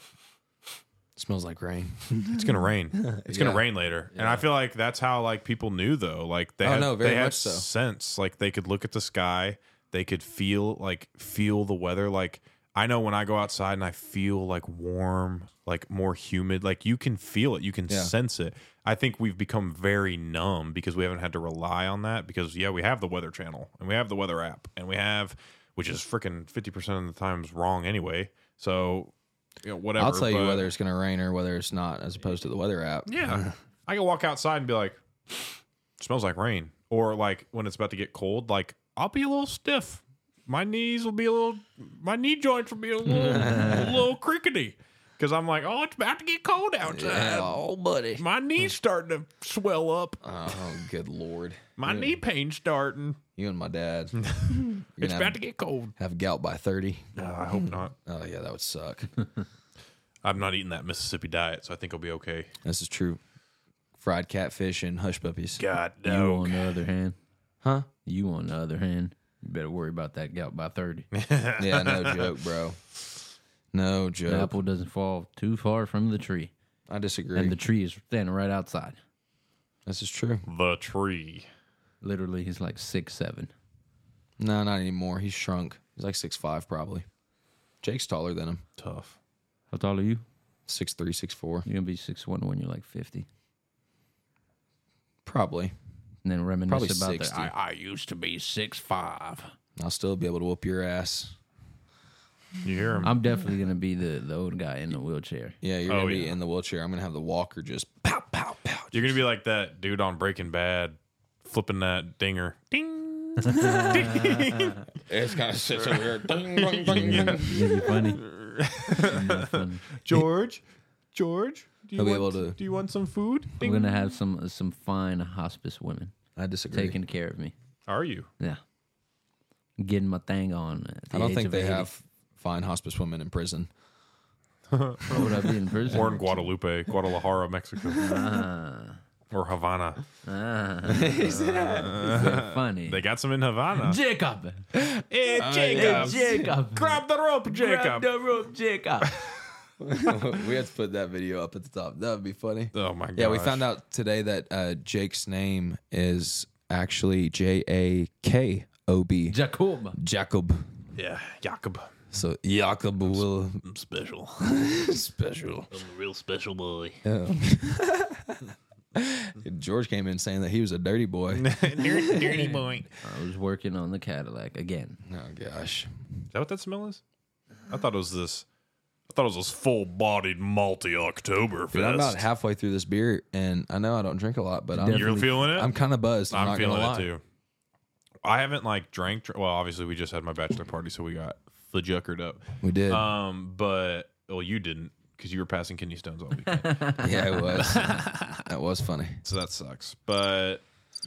smells like rain.
It's gonna rain.
<laughs>
It's gonna
Mm. Yeah.
rain later, and I feel like that's how like people knew though. Like they
Oh,
had,
no, very
they had
much so.
sense. Like they could look at the sky. They could feel like feel the weather. Like I know when I go outside and I feel like warm, like more humid. Like you can feel it. You can
Yeah.
sense it. I think we've become very numb because we haven't had to rely on that. Because yeah, we have the weather channel and we have the weather app and we have, which is freaking fifty percent of the times wrong anyway. So. You know, whatever.
I'll tell you
but-
whether it's going to rain or whether it's not, as opposed to the weather app.
yeah. I can walk outside and be like, smells like rain. Or like when it's about to get cold, like, I'll be a little stiff. My knees will be a little, my knee joints will be a little, a little crickety. Cause I'm like, oh, it's about to get cold outside.
Oh, buddy.
My knee's starting to swell up.
<laughs> Oh, good lord.
My knee pain's starting.
You and
<laughs>
my dad. You're
It's
gonna
about
have,
to get cold.
have gout by thirty.
No, I hope not.
Oh yeah, that would suck. <laughs>
I'm not eating that Mississippi diet, so I think I'll be okay.
this is true. Fried catfish and hush puppies.
God,
You on the other hand,
Huh?
you on the other hand, you better worry about that gout by thirty.
Yeah, no joke, bro. No joke.
The apple doesn't fall too far from the tree,
I disagree.
and the tree is standing right outside.
this is true.
The tree.
Literally, he's like six seven.
No, not anymore. He's shrunk. He's like six five probably. Jake's taller than him.
Tough.
How tall are you?
Six three, six four.
You're gonna be six one when you're like fifty,
Probably.
and then reminisce
Probably
about
60.
that. I, I used to be six five.
I'll still be able to whoop your ass.
You hear him?
I'm definitely gonna be the the old guy in the <laughs> wheelchair.
Yeah, you're
Oh,
gonna be
yeah.
in the wheelchair. I'm gonna have the walker just pow pow pow.
You're gonna be like that dude on Breaking Bad, flipping that dinger. Ding. Ding.
It's kind of sits over here. Ding, ding, ding, ding.
You'd be funny. Not funny.
George, George, do you,
He'll be
want,
able to-
do you want some food?
We're
Ding.
gonna have some some fine hospice women
I disagree.
taking care of me.
Are you?
Yeah, getting my thing on. At the
I don't
age
think
of
they
80.
have fine hospice women in
<laughs>
prison. <laughs>
Why would I be <laughs> in prison?
Or in Guadalupe, Guadalajara,
<laughs>
Mexico, <laughs>
Ah,
or Havana?
ah. They're funny.
They got some in Havana.
<laughs> Jacob.
hey,
Hey,
Jacob,
<laughs> Jacob.
grab the rope, Jacob.
Grab the rope, Jacob.
we had to put that video up at the top. That would be funny.
oh my god!
Yeah, we found out today that uh, Jake's name is actually J A K O B.
<laughs> Jacob.
Jacob.
Yeah, Jacob,
So Jacob will
I'm
<laughs>
special.
special.
I'm a real <laughs> special boy.
George came in saying that he was a dirty boy.
<laughs>
oh
dirty, dirty boy. Is
I was working on the Cadillac again.
Oh, gosh.
that what that smell is? I thought it was this. I thought it was this full-bodied malty Oktoberfest.
Dude, I'm about halfway through this beer and I know I don't drink a lot, but I'm,
You're-
You're feeling it.
I'm kind of buzzed. I'm,
I'm
not
feeling
gonna
it
lie.
too. I haven't like drank. dr- Well, obviously we just had my bachelor party, so we got fajuckered up.
We did.
Um, but well, you didn't because you were passing kidney stones all weekend,
<laughs> yeah, it
<laughs>
was. <laughs> that was funny.
so that sucks. But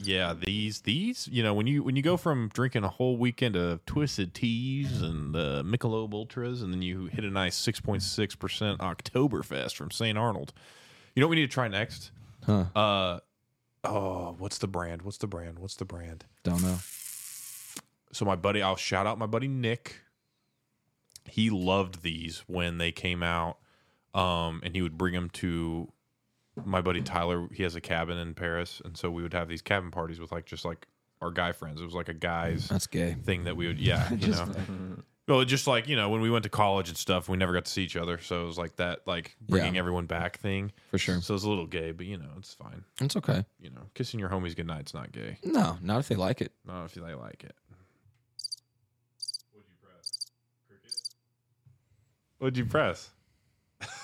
yeah, these these you know when you when you go from drinking a whole weekend of twisted teas and uh, Michelob Ultras, and then you hit a nice six point six percent Oktoberfest from St. Arnold. You know what we need to try next?
Huh.
Uh, oh, what's the brand? What's the brand? What's the brand?
Don't know.
so my buddy i'll shout out my buddy nick he loved these when they came out um, and he would bring them to my buddy tyler he has a cabin in paris and so we would have these cabin parties with like just like our guy friends it was like a
<laughs>
guy's
That's gay.
thing that we would yeah you know well just like you know when we went to college and stuff we never got to see each other so it was like that like bringing
Yeah.
everyone back thing
For sure.
so it's a little gay but you know it's fine
It's okay.
you know kissing your homies goodnight's not gay
No, not if they like it.
not if they like it. What'd you press? <laughs> Cricket?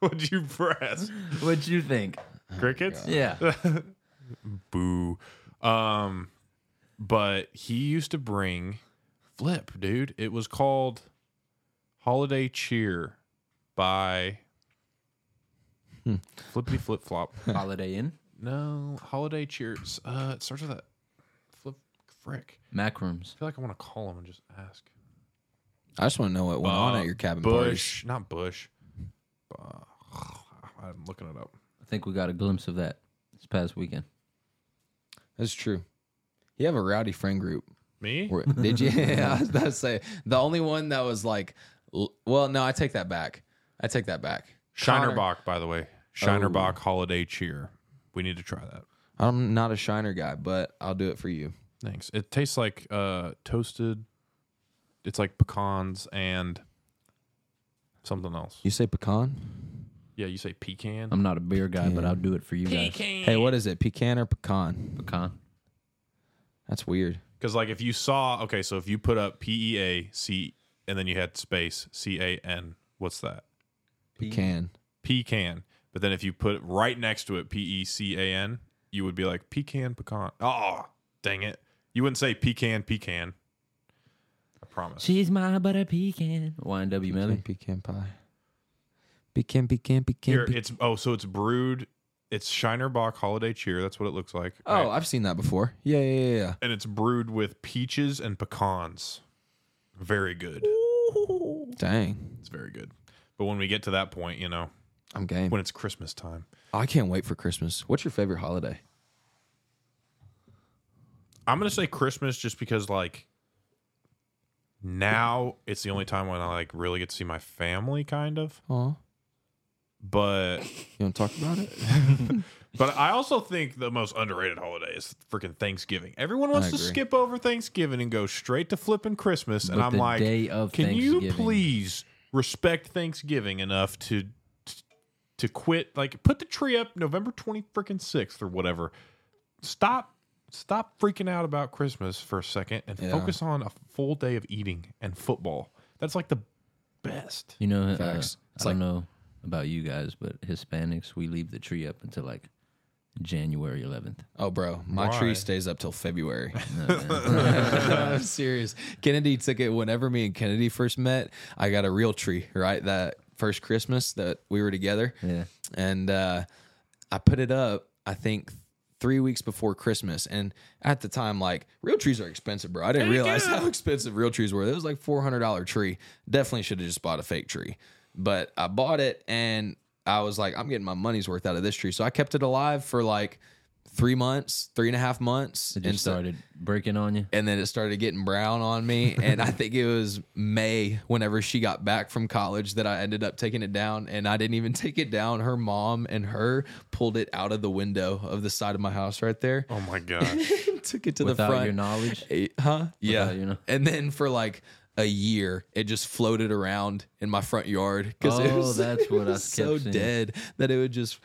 What'd you press?
What'd you think?
What'd you press? Crickets?
<laughs> Yeah.
<laughs> Boo. Um, but he used to bring Flip, dude. It was called Holiday Cheer by Flippity Flip Flop.
Holiday Inn.
No, Holiday Cheers. Uh, it starts with a flip frick.
Macrooms.
I feel like I want to call him and just ask.
I just want to know what went on
Uh,
at your cabin parties.
Bush, not Bush. Uh, I'm looking it up.
I think we got a glimpse of that this past weekend.
That's true. You have a rowdy friend group.
Me?
Where- Did you? <laughs> I was about to say the only one that was like, l- well, no, I take that back. I take that back.
Shinerbach,
Connor- Oh.
by the way. Shinerbach holiday cheer. We need to try that.
I'm not a Shiner guy, but I'll do it for you.
Thanks. It tastes like uh, toasted. It's like pecans and something else.
You say pecan?
Yeah, you say pecan.
Um,
I'm not a beer guy, but I'll do it for you guys.
Hey, what is it? Pecan or pecan?
Pecan.
That's weird.
Because like if you saw, okay, so if you put up P E A C and then you had space C A N, what's that?
Pecan.
Pecan. But then if you put it right next to it P E C A N, you would be like pecan pecan. Oh, dang it! You wouldn't say pecan pecan. I promise.
She's my butter pecan. YNW Melly.
Pecan, pecan pie. Pecan, pecan, pecan.
Here,
pe-
it's oh, so it's brewed. It's Shinerbach Holiday Cheer. That's what it looks like.
oh,
Right.
I've seen that before. Yeah, yeah, yeah, yeah.
and it's brewed with peaches and pecans. Very good.
Dang.
It's very good. But when we get to that point, you know,
I'm game.
when it's Christmas time,
I can't wait for Christmas. What's your favorite holiday?
I'm gonna say Christmas just because like now it's the only time when I like really get to see my family, kind of.
Oh,
But
you want to talk about it?
but I also think the most underrated holiday is freaking Thanksgiving. Everyone wants to
agree.
skip over Thanksgiving and go straight to flipping Christmas, and
But
I'm
the
like,
day of
can you
Thanksgiving-
please respect Thanksgiving enough to to quit? Like, put the tree up November twenty freaking sixth or whatever. Stop. Stop freaking out about Christmas for a second and
Yeah.
focus on a full day of eating and football. That's like the best.
You know, uh,
Facts.
I don't know about you guys, but Hispanics, we leave the tree up until like January 11th.
Oh, bro, my
Why?
tree stays up till February. <laughs> I'm serious. Kennedy took it whenever me and Kennedy first met. I got a real tree, right? That first Christmas that we were together.
Yeah.
And uh, I put it up, I think, three weeks before Christmas. And at the time, like, real trees are expensive, bro. I didn't realize how <laughs> expensive real trees were. It was like $400 tree. Definitely should have just bought a fake tree. But I bought it and I was like, I'm getting my money's worth out of this tree. So I kept it alive for like three months, three and a half months.
It
and
just
so-
started breaking on you.
and then it started getting brown on me and i think it was may whenever she got back from college that i ended up taking it down and i didn't even <laughs> take it down her mom and her pulled it out of the window of the side of my house right there
Oh my gosh!
<laughs> took it to
Without
the front
your knowledge.
Eh, huh yeah
you know.
and then for like a year it just floated around in my front yard because it
Oh,
was, <laughs>
that's
it
what I
was
kept
so
seeing.
dead that it would just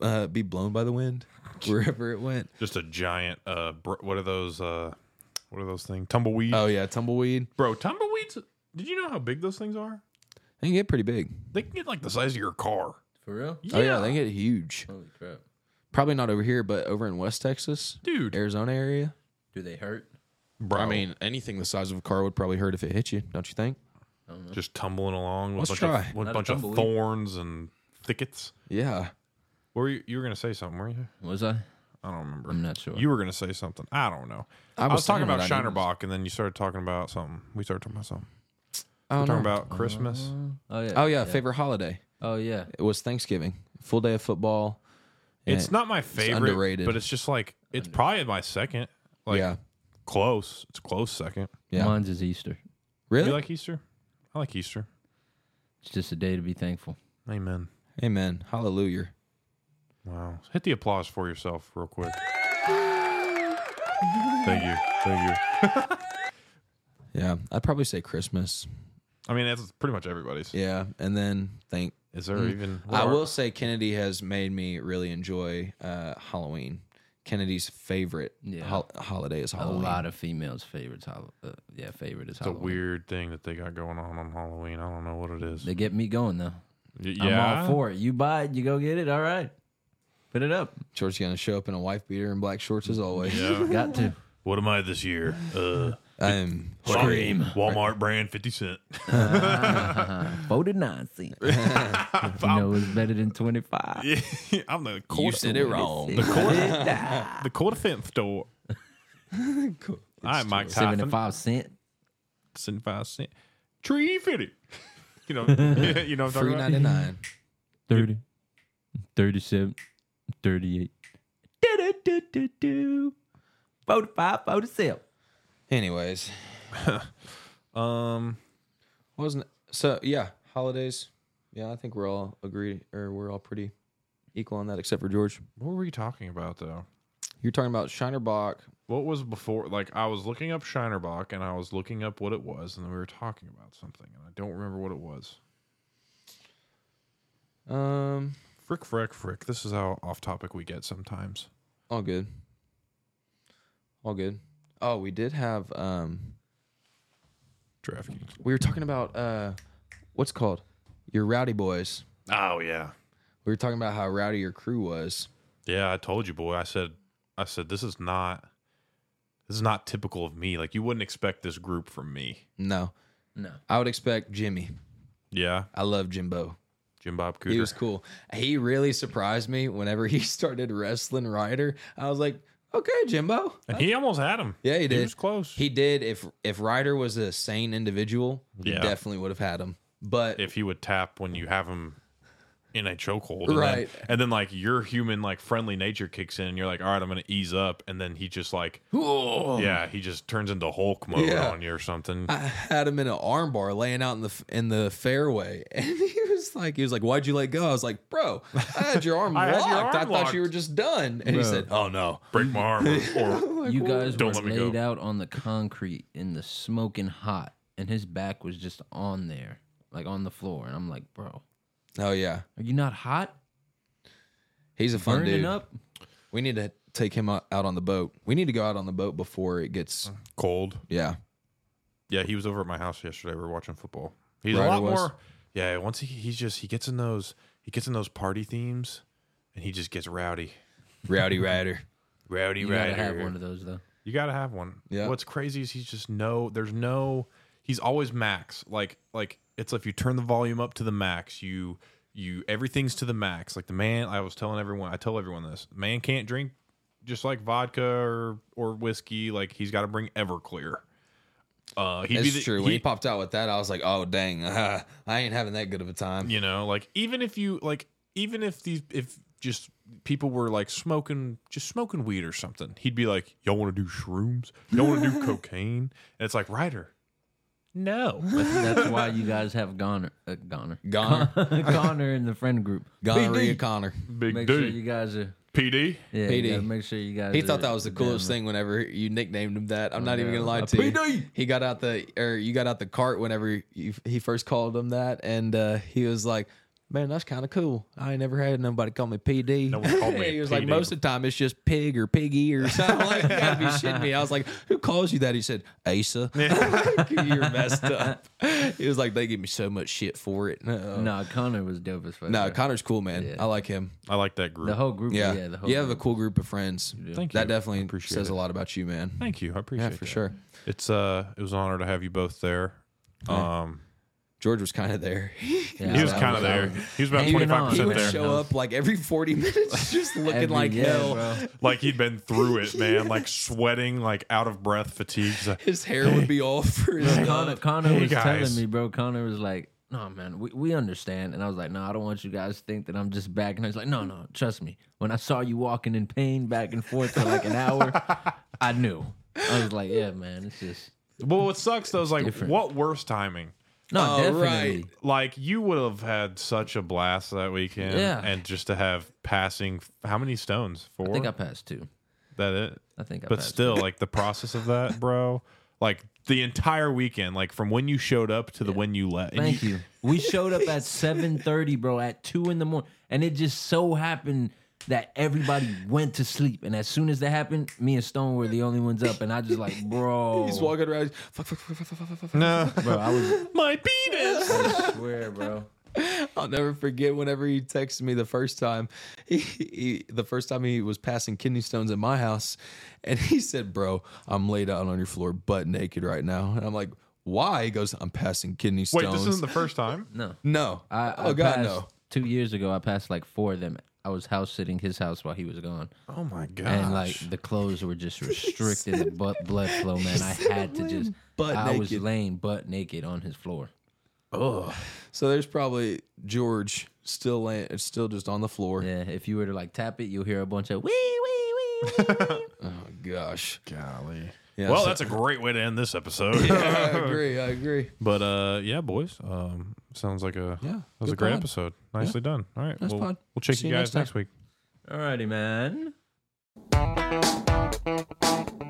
uh, be blown by the wind <laughs> wherever it went
<laughs> Just a giant. Uh, br- what are those? Uh, what are those things? Tumbleweed,
oh yeah tumbleweed
bro. Tumbleweeds. Did you know how big those things are?
they can get pretty big
They can get like the size of your car.
For real?
oh yeah they get huge
Holy crap.
Probably not over here, but over in West Texas,
dude.
Arizona area.
Do they hurt?
Bro,
I mean, anything the size of a car would probably hurt if it hit you, don't you think?
just tumbling along with
Let's
a bunch,
try.
Of, with a
Not a
bunch of
tumbleweed.
thorns and thickets.
Yeah.
What Were you, you were gonna say something? Were you?
Was I?
I don't remember.
I'm not sure.
You were gonna say something. I don't know. I was, talking about Shinerbach, and then you started talking about something. We started talking about something.
Oh,
We're talking about Christmas.
oh, yeah.
oh yeah, favorite holiday.
Oh, yeah.
It was Thanksgiving. Full day of football.
It's not my favorite,
underrated.
but it's just like it's probably my second. Like
yeah.
close. It's close second.
Yeah.
Mine's is Easter.
Really?
You like Easter? I like Easter.
It's just a day to be thankful.
Amen.
Amen. Hallelujah.
Wow. Hit the applause for yourself real quick. Thank you. Thank you.
Yeah. I'd probably say Christmas.
I mean, that's pretty much everybody's.
Yeah. And then thank
Is
Mm.
there even?
I will say Kennedy has made me really enjoy uh, Halloween. Kennedy's favorite
Yeah.
hol- holiday is
A
Halloween.
lot of females' favorites. Hol- Uh, yeah, favorite is
Oh, It's a
Halloween.
weird thing that they got going on on Halloween. I don't know what it is.
They get me going, though.
Y-
I'm all for it. You buy it, you go get it. All right. Put it up.
George's gonna show up in a wife beater and black shorts as always.
Yeah. <laughs>
Got to.
What am I this year?
<laughs>
Uh,
<laughs> I'm
Walmart brand, fifty <laughs> cent.
49 cents. you
<laughs>
know it's better than 25.
I'm the quarter.
wrong.
The quarter. the quarter cent
<laughs>
store. I'm Mike Tyson.
75 cent.
Seventy-five cent. Tree fitted. <laughs> You
<laughs>
know. you know. What I'm talking
Three
about?
ninety nine.
30, 37, 38. Do, do, do, do, do. 45, 47.
<laughs> Anyways,
Um.
wasn't so yeah. Holidays, Yeah, I think we're all agreed or we're all pretty equal on that, except for George.
What were we talking about though?
You're talking about Shinerbach.
What was before? Like I was looking up Shinerbach and I was looking up what it was, and then we were talking about something, and I don't remember what it was.
Um,
Frick, frick, frick. This is how off topic we get sometimes.
all good. All good. Oh, we did have um
DraftKings.
we were talking about uh what's it called? Your rowdy boys.
Oh yeah,
We were talking about how rowdy your crew was.
yeah. I told you, boy. I said, I said, this is not, this is not typical of me. Like you wouldn't expect this group from me.
No.
No.
I would expect Jimmy.
Yeah,
I love Jimbo.
Jim Bob
He
Cooter.
was cool. He really surprised me whenever he <laughs> started wrestling Ryder. I was like, okay, Jimbo.
and he almost had him.
Yeah, he did.
He was close.
He did. If if Ryder was a sane individual, he
Yeah.
definitely would have had him. But
if he would tap when you have him in a chokehold, and
Right.
Then, and then like your human like friendly nature kicks in, and you're like, all right, I'm gonna ease up, and then he just like, yeah, he just turns into Hulk mode
Yeah.
on you or something.
I had him in an armbar laying out in the in the fairway, <laughs> and he was like, he was like, "Why'd you let go?" I was like, "Bro, I had your
<laughs>
arm
I
locked.
had your
I
arm
thought you were
locked."
just done." And he
Bro.
said, "Oh no,
Break my arm, or,
<laughs>
or
You guys
Don't
were
let me go.
laid out on the concrete in the smoking hot, and his back was just on there, like on the floor. And I'm like, bro,
oh yeah,
are you not hot?
he's a fun
Burning
dude.
up?
We need to take him out out on the boat. We need to go out on the boat before it gets
Uh-huh. cold.
yeah."
Yeah, he was over at my house yesterday. We were watching football. He's
Ryder
a lot
was?
more. Yeah, once he he's just he gets in those he gets in those party themes, and he just gets rowdy.
Rowdy Ryder.
Rowdy,
You
rowdy.
gotta have one of those though.
You gotta have one.
Yeah.
What's crazy is he's just no. There's no. He's always max. Like like it's like if you turn the volume up to the max, you you everything's to the max. Like the man, I was telling everyone. I tell everyone this. Man can't drink just like vodka or or whiskey. Like he's got to bring Everclear. Uh, he'd
That's
be the,
true.
He,
when he popped out with that, I was like, "Oh dang, <laughs> I ain't having that good of a time."
you know, like even if you like, even if these if just people were like smoking just smoking weed or something, he'd be like, "Y'all want to do shrooms? Y'all want to
<laughs>
do cocaine?" And it's like, Ryder. No,
But that's why you guys have Goner, uh, Goner,
<laughs>
Goner.
<laughs> Goner in the friend group.
Gonorrhea Connor.
Big
Make
D.
sure you guys are.
PD.
Yeah,
PD.
You gotta make sure you guys.
He
are
thought that was the
down
coolest
there.
thing whenever you nicknamed him that. I'm not even gonna lie
no.
to you.
PD.
He got out the or you got out the cart whenever you, he first called him that, and uh, he was like, "Man, that's kind of cool. I ain't never had nobody call me PD."
No one
<laughs>
called me
he was like,
PD.
"Most of the time, it's just pig or piggy or something." I'm like, you
<laughs>
gotta be shitting me. I was like, "Who calls you that?" He said, "Asa." <laughs> You're messed up. He was like, "They give me so much shit for it." No, no,
No, Connor was dope as fuck. bro.
Connor's cool, man. I like him.
I like that group.
the whole group.
Yeah,
Yeah, the whole.
you have a
group.
cool group of friends.
Thank
that
you.
definitely
Appreciate
says
it.
a lot about you, man.
Thank you. I appreciate
Yeah,
it.
for sure.
It's uh it was an honor to have you both there. Um
George was kind
<laughs>
of there.
Yeah,
he was
I
kind of there. He was about
hanging
twenty
on.
five
he
percent
would
there.
show up like every 40 <laughs> minutes just looking
Every-
like
yeah,
hell.
bro.
Like he'd been through
<laughs>
it, man, like sweating, like out of breath, fatigue. He's like,
His hair would be all <laughs> frizzed
Connor,
up.
Connor
Hey,
was
guys.
telling me, bro. Connor was like, "No, man, we, we understand." And I was like, "No, I don't want you guys to think that I'm just back." And he's like, "No, no, trust me. When I saw you walking in pain back and forth for like
<laughs>
an hour, I knew." I was like, "Yeah, man, it's just
Well what sucks though is like
different.
what worse timing?
Oh,
no, definitely."
right.
Like you would have had such a blast that weekend.
Yeah.
And just to have passing how many stones? Four?
I think I passed two.
that it?
I think I
but
passed.
still like the process of that bro like the entire weekend like from when you showed up to the when you left
Thank
<laughs>
you. We showed up at seven thirty, bro, at two in the morning, and it just so happened that everybody went to sleep. And as soon as that happened, me and Stone were the only ones up, and I
<laughs>
just like, bro,
He's walking around. Fuck, fuck, fuck, fuck, fuck, fuck, fuck, fuck.
no
<laughs> bro, I was
my penis
I swear, bro.
I'll never forget whenever he texted me the first time. <laughs> He, he, the first time he was passing kidney stones at my house. And he said, Bro, I'm laid out on your floor butt naked right now. And I'm like, Why? He goes, I'm passing kidney stones.
wait this isn't the first time
No,
no.
I, I
oh, God,
passed-
no.
Two years ago, I passed like four of them. I was house sitting his house while he was gone,
oh my god
and like the clothes
<laughs>
were just restricting the butt blood flow. Man, I had to just.
butt
I was
naked.
laying butt naked on his floor.
So there's probably George still laying, it's still just on the floor.
Yeah, if you were to like tap it, you'll hear a bunch of wee wee wee. wee.
Oh gosh.
golly <laughs>
Yeah,
well,
so-
that's a great way to end this episode.
I agree. I agree.
<laughs> But uh, yeah, boys. Um, sounds like a
Yeah,
that was a
good
great
pod.
episode. Nicely done. All right,
Nice
we'll,
pod.
we'll check
See
you
you
guys
next
next
time.
week.
Alrighty, man.